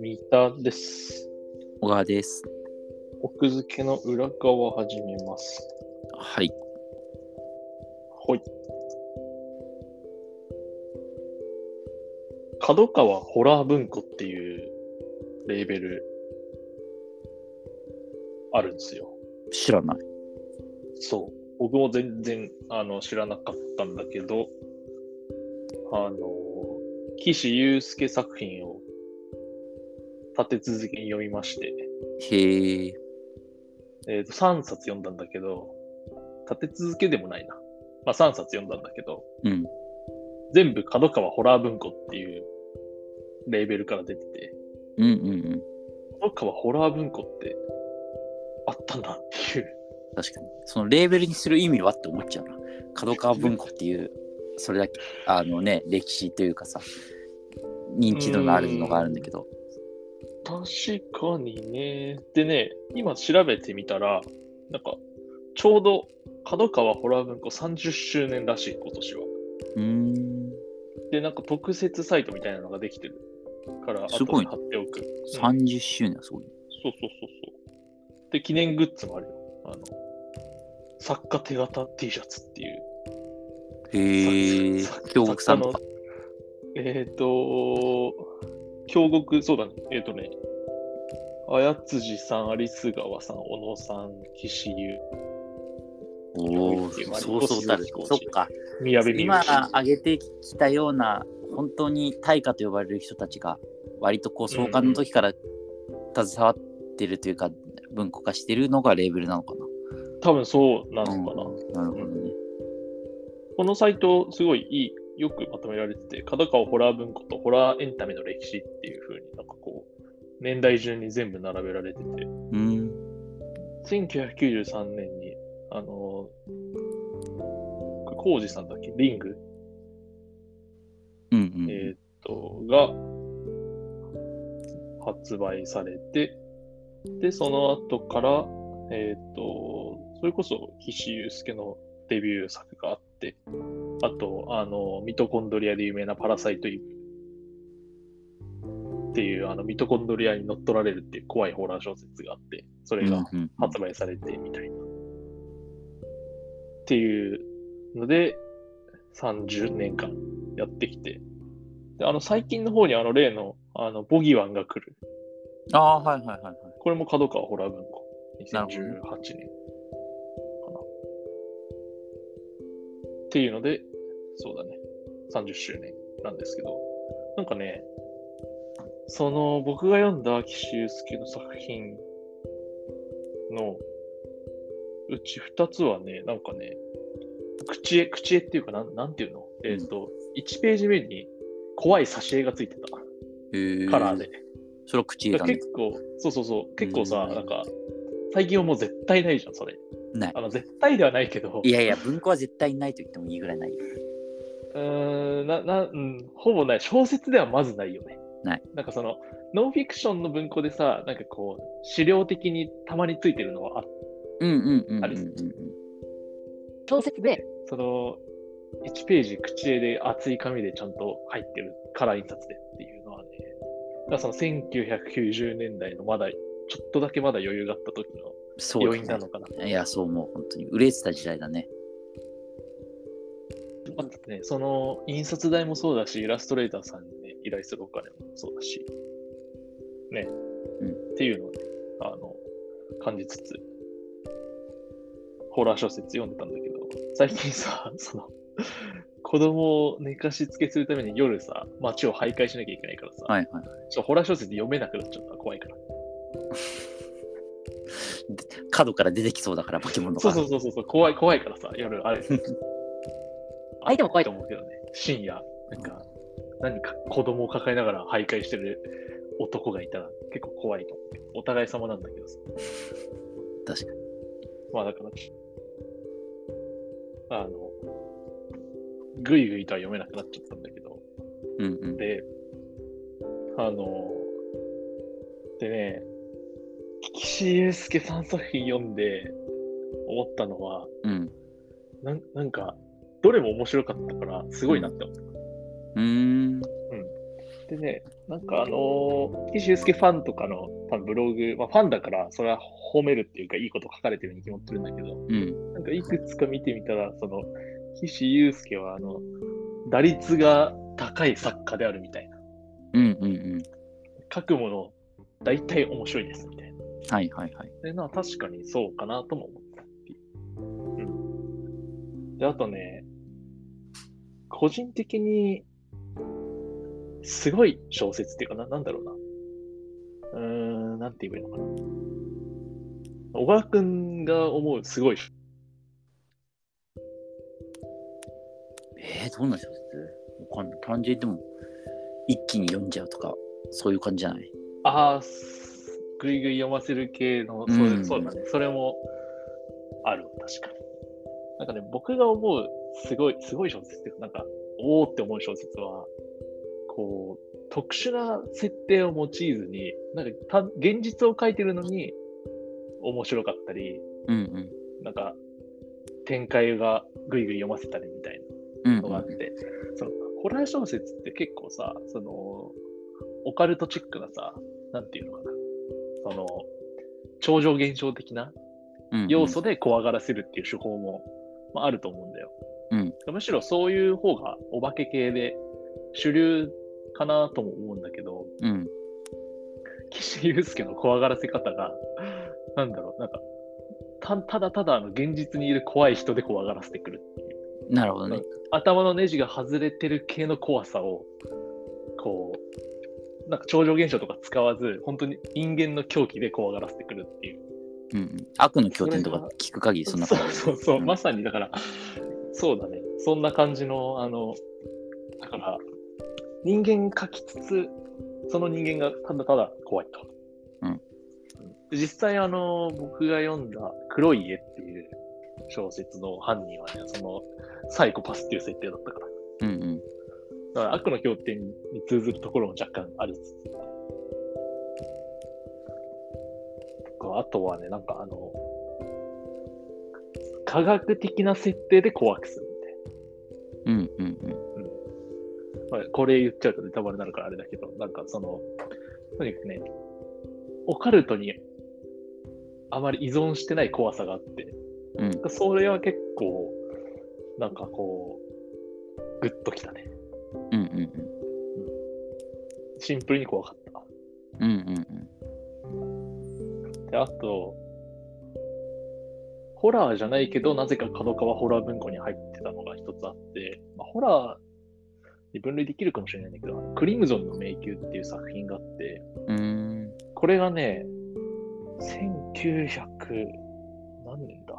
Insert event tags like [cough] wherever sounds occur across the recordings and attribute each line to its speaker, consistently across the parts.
Speaker 1: 三田です。
Speaker 2: 小川です。
Speaker 1: 奥付けの裏側始めます。
Speaker 2: はい。
Speaker 1: ほい。角川ホラー文庫っていうレーベルあるんですよ。
Speaker 2: 知らない。
Speaker 1: そう。僕も全然あの知らなかったんだけど、あの、岸優介作品を立て続けに読みまして、
Speaker 2: へえ。
Speaker 1: えっ、と、3冊読んだんだけど、立て続けでもないな。まあ3冊読んだんだけど、
Speaker 2: うん。
Speaker 1: 全部角川ホラー文庫っていうレーベルから出てて、
Speaker 2: うんうんうん。
Speaker 1: 角川ホラー文庫ってあったんだっていう。
Speaker 2: 確かに。そのレーベルにする意味はって思っちゃうな。角川文庫っていう、それだけ、あのね、歴史というかさ、認知度のあるのがあるんだけど。
Speaker 1: 確かにね。でね、今調べてみたら、なんか、ちょうど角川ホラー文庫30周年らしい、今年は。
Speaker 2: うーん。
Speaker 1: で、なんか特設サイトみたいなのができてるから、
Speaker 2: すご
Speaker 1: 後
Speaker 2: い
Speaker 1: で貼
Speaker 2: ね
Speaker 1: っておく。うん
Speaker 2: 30周年はすごいね。
Speaker 1: そうそうそうそう。で、記念グッズもあるよ。あの、作家手形 T シャツっていう。
Speaker 2: へえ
Speaker 1: さ。
Speaker 2: 京極さんとか。
Speaker 1: 作家のえっ、と、京極、そうだね。えっ、とね、あやつじさん、有栖川さん、小野さん、岸優、
Speaker 2: おお、
Speaker 1: 京極
Speaker 2: そうそうたる。
Speaker 1: 京極
Speaker 2: そっか。
Speaker 1: 宮部みゆ
Speaker 2: 今挙げてきたような本当に大家と呼ばれる人たちが割とこう創刊の時から携わってるというか文庫化してるのがレーベルなのか
Speaker 1: 多分そうな
Speaker 2: な。
Speaker 1: のかな。
Speaker 2: うんなるほどね。
Speaker 1: このサイト、すごいいい、よくまとめられてて、角川ホラー文庫とホラーエンタメの歴史っていう風になんかこう、年代順に全部並べられてて、
Speaker 2: うん。
Speaker 1: 1993年に、あのー、浩二さんだっけリング、
Speaker 2: うんうん。
Speaker 1: えーっと、が、発売されて、で、その後から、えーっと、それこそ岸優介のデビュー作があって、あと、あの、ミトコンドリアで有名なパラサイトイブっていう、あの、ミトコンドリアに乗っ取られるっていう怖いホラー小説があって、それが
Speaker 2: うんうん
Speaker 1: 発売されてみたいな。っていうので、30年間やってきて、であの最近の方にあの例のあのボギワンが来る。
Speaker 2: ああ、はいはいはいはい。
Speaker 1: これも角川ホラー文庫。2018
Speaker 2: なるほどね
Speaker 1: 年かな。っていうので、そうだね。30周年なんですけど、なんかね、その僕が読んだ岸優介の作品のうち2つはね、なんかね、口絵、口絵っていうかなん、なんていうの、えっ、と、1ページ目に怖い挿絵がついてた、
Speaker 2: へえ
Speaker 1: カラーで。。
Speaker 2: それは口
Speaker 1: だ
Speaker 2: 入
Speaker 1: か
Speaker 2: れ
Speaker 1: ら
Speaker 2: た
Speaker 1: 結
Speaker 2: ね。
Speaker 1: 構、そうそうそう、結構さ、
Speaker 2: うん
Speaker 1: なんか、最近はもう絶対ないじゃん、それ。
Speaker 2: ない
Speaker 1: あ。の、絶対ではないけど、
Speaker 2: いやいや、文庫は絶対ないと言ってもいいぐらいない。
Speaker 1: うーん、な、な、うん、ほぼない。小説ではまずないよね。
Speaker 2: ない。
Speaker 1: なんかその、ノンフィクションの文庫でさ、なんかこう、資料的にたまについてるのはあっ
Speaker 2: うんうんうんうん
Speaker 1: あ
Speaker 2: う
Speaker 1: れ
Speaker 2: ん
Speaker 1: で
Speaker 2: う
Speaker 1: す
Speaker 2: ん。
Speaker 1: 小説で、その、1ページ口絵で厚い紙でちゃんと入ってるカラー印刷でっていうのはね、だからその1990年代のまだ、ちょっとだけまだ余裕があった時の
Speaker 2: そう
Speaker 1: 余韻な
Speaker 2: だ
Speaker 1: のかな。
Speaker 2: ね。いや、そう思う。本当に。売れてた時代だね。
Speaker 1: まあね、その印刷代もそうだし、イラストレーターさんに、ね、依頼するお金もそうだし、ね、
Speaker 2: うん
Speaker 1: っていうのをね、あの、感じつつ、ホラー小説読んでたんだけど、最近さ、 [laughs] その、子供を寝かしつけするために夜さ、街を徘徊しなきゃいけないからさ、
Speaker 2: はいはい。
Speaker 1: ちょっとホラー小説読めなくなっちゃった、怖いから。
Speaker 2: 角から出てきそうだから、化け物
Speaker 1: そ
Speaker 2: が。
Speaker 1: うそうそうそうそう、怖い、怖いからさ、夜、あれ。
Speaker 2: [laughs] 相手も怖い
Speaker 1: と思うけどね、深夜、なんか、何か子供を抱えながら徘徊してる男がいたら結構怖いと思うけど。お互い様なんだけどさ。
Speaker 2: 確かに。
Speaker 1: まあだから、あの、ぐいぐいとは読めなくなっちゃったんだけど、
Speaker 2: うんうん。
Speaker 1: で、あの、でね、岸優介さん作品読んで思ったのは、
Speaker 2: うん。
Speaker 1: なんなんか、どれも面白かったから、すごいなって思っ
Speaker 2: うーん。
Speaker 1: て、ね、なんかあのー、岸優介ファンとかの多分ブログ、まあ、ファンだから、それは褒めるっていうか、いいこと書かれてるに決まってるんだけど、
Speaker 2: うん。
Speaker 1: なんかいくつか見てみたら、その、岸優介は、あの、打率が高い作家であるみたいな。
Speaker 2: うんうんうん。
Speaker 1: 書くもの、大体面白いです、みたいな。
Speaker 2: はいはいはい。
Speaker 1: で、まあ確かにそうかなとも思ったっていう。うん。で、あとね、個人的に、すごい小説っていうかな、なんだろうな。うーん、なんて言えばいいのかな。小川くんが思うすごい
Speaker 2: えー、どんな小説わかんない。単純にでも、一気に読んじゃうとか、そういう感じじゃない
Speaker 1: ああ、すぐいぐい読ませる系の、そう
Speaker 2: うん
Speaker 1: そうだね。それもある、確かに。なんかね、僕が思う、すごい、すごい小説っていうか、なんか、おーって思う小説は、こう、特殊な設定を用いずに、なんか、た現実を書いてるのに、面白かったり、
Speaker 2: うんうん。
Speaker 1: なんか、展開がぐいぐい読ませたりみたいな。
Speaker 2: うん
Speaker 1: のがあって、そのホラー小説って結構さ、そのオカルトチックなさ、なんていうのかな、その超常現象的な
Speaker 2: うん
Speaker 1: 要素で怖がらせるっていう手法も、まあ、あると思うんだよ。
Speaker 2: うん
Speaker 1: むしろそういう方がお化け系で主流かなとも思うんだけど、
Speaker 2: うん。
Speaker 1: 岸優介の怖がらせ方が、なんだろう、なんか、たただただあの現実にいる怖い人で怖がらせてくるっていう。
Speaker 2: なるほどね。
Speaker 1: 頭のネジが外れてる系の怖さをこうなんか超常現象とか使わず本当に人間の狂気で怖がらせてくるっていう
Speaker 2: うんうん。悪の経典とか聞く限りそんな
Speaker 1: そ
Speaker 2: 感
Speaker 1: う
Speaker 2: じ。
Speaker 1: そうそう、
Speaker 2: うん
Speaker 1: まさにだからそうだねそんな感じのあのだから人間描きつつその人間がただただ怖いと、
Speaker 2: うん
Speaker 1: 実際あの僕が読んだ「黒い家」っていう小説の犯人はねそのサイコパスっていう設定だったから
Speaker 2: うんうん。
Speaker 1: だから悪の経典に通ずるところも若干ありつつ。とかあとはね、なんかあの、科学的な設定で怖くする
Speaker 2: うんうんうん。
Speaker 1: みたいな。まあこれ言っちゃうとネタバレになるからあれだけど、なんかその、とにかくね、オカルトにあまり依存してない怖さがあって、
Speaker 2: うん
Speaker 1: なんかそれは結構、なんかこう、グッときたね。
Speaker 2: うんうんうん。
Speaker 1: シンプルに怖かった。
Speaker 2: うんうんうん。
Speaker 1: で、あと、ホラーじゃないけど、なぜか角川ホラー文庫に入ってたのが一つあって、まあ、ホラーに分類できるかもしれないんだけど、クリムゾンの迷宮っていう作品があって、
Speaker 2: うーん。
Speaker 1: これがね、1900何年だ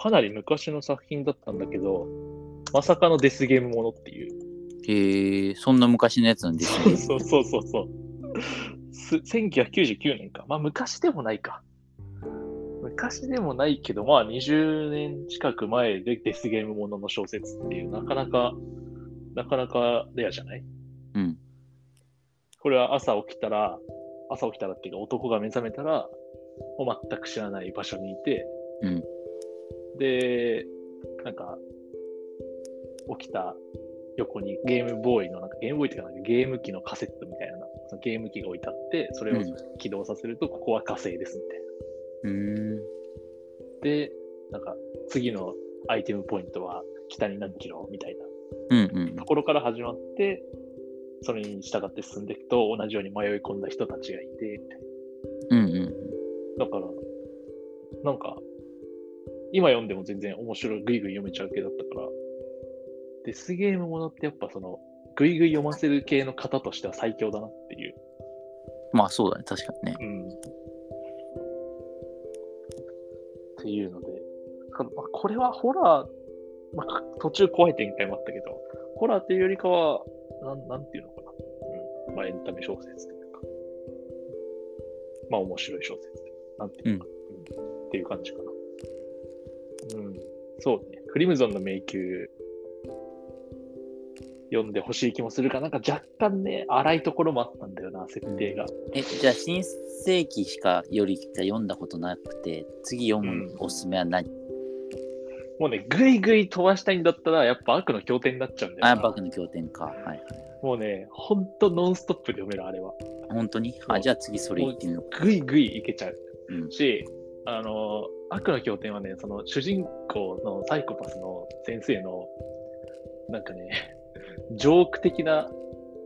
Speaker 1: かなり昔の作品だったんだけど、まさかのデスゲームものっていう。
Speaker 2: へえ、そんな昔のやつなんです
Speaker 1: そう
Speaker 2: ね。
Speaker 1: そうそうそうそう。す1999年か。まあ昔でもないか。昔でもないけど、まあ20年近く前でデスゲームものの小説っていう、なかなか、なかなかレアじゃない
Speaker 2: うん。
Speaker 1: これは朝起きたら、朝起きたらっていうか男が目覚めたら、もう全く知らない場所にいて、
Speaker 2: うん
Speaker 1: で、なんか、起きた横にゲームボーイの、なんかゲームボーイっていうかなんかゲーム機のカセットみたいな、そのゲーム機が置いてあって、それを
Speaker 2: うん
Speaker 1: 起動させると、ここは火星ですみたいな。
Speaker 2: うーん。
Speaker 1: で、なんか、次のアイテムポイントは北に何キロみたいな。
Speaker 2: うんうん
Speaker 1: ところから始まって、それに従って進んでいくと、同じように迷い込んだ人たちがいて、
Speaker 2: うんうん
Speaker 1: だから、なんか、今読んでも全然面白い、ぐいぐい読めちゃう系だったから、デスゲームものってやっぱその、ぐいぐい読ませる系の方としては最強だなっていう。
Speaker 2: まあそうだね、確かにね。
Speaker 1: うん。っていうので、だからまあこれはホラー、まあ、途中怖い展開もあったけど、ホラーっていうよりかは、なんなんていうのかな。うん。まあ、エンタメ小説というか。まあ、面白い小説。なんていうのか、うんっていう感じかな。うん。そうね。クリムゾンの迷宮、読んでほしい気もするかなんか若干ね、荒いところもあったんだよな、設定が。
Speaker 2: え、じゃあ新世紀しかよりか読んだことなくて、次読むおすすめは何
Speaker 1: もうね、ぐいぐい飛ばしたいんだったら、やっぱ悪の経典になっちゃうんだよ
Speaker 2: あ、
Speaker 1: な。
Speaker 2: バクの経典か。はい。
Speaker 1: もうね、ほんとノンストップで読める、あれは。
Speaker 2: 本当に
Speaker 1: そ
Speaker 2: あ、
Speaker 1: う
Speaker 2: じゃあ次それ言ってみようか。
Speaker 1: ぐいぐいいけちゃう
Speaker 2: うん。
Speaker 1: し、あの、悪の経典はね、その主人公のサイコパスの先生の、なんかね、ジョーク的な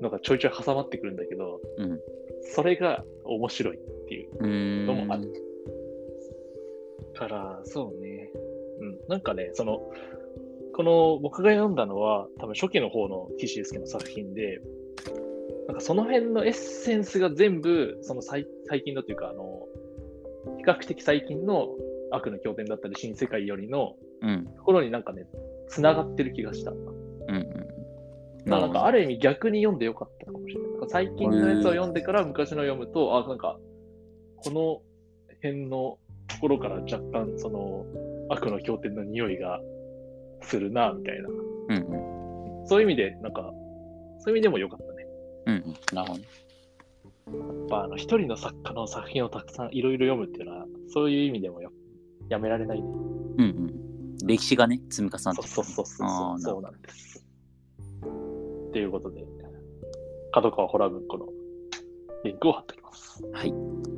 Speaker 1: のがちょいちょい挟まってくるんだけど、
Speaker 2: うん
Speaker 1: それが面白いっていう。
Speaker 2: うーん。
Speaker 1: どうもあるから、そうね。うん。なんかね、その、この僕が読んだのは、多分初期の方の岸優介の作品で、なんかその辺のエッセンスが全部、その最最近のというか、あの、比較的最近の悪の経典だったり、新世界よりの
Speaker 2: うん。
Speaker 1: ところになんかね、繋がってる気がした。
Speaker 2: うんうん。
Speaker 1: まあ、なんかあ
Speaker 2: る
Speaker 1: る意味逆に読んでよかったかもしれない。なんか最近のやつを読んでから昔の読むと、あ、なんか、この辺のところから若干、その、悪の経典の匂いがするな、みたいな。
Speaker 2: ほど。うんうん。
Speaker 1: そういう意味で、なんか、そういう意味でもよかったね。
Speaker 2: うんうん。なるほどね。
Speaker 1: やっぱ、あの、一人の作家の作品をたくさんいろいろ読むっていうのは、そういう意味でもややめられないね。
Speaker 2: うんうん。歴史がね、積み重なって
Speaker 1: そう
Speaker 2: る
Speaker 1: そうそうそう
Speaker 2: あ
Speaker 1: そ
Speaker 2: ー
Speaker 1: う、そ
Speaker 2: なるほ
Speaker 1: う
Speaker 2: ど
Speaker 1: なんです。ということで、角川ホラー文庫のリンクを貼っておきます。
Speaker 2: はい。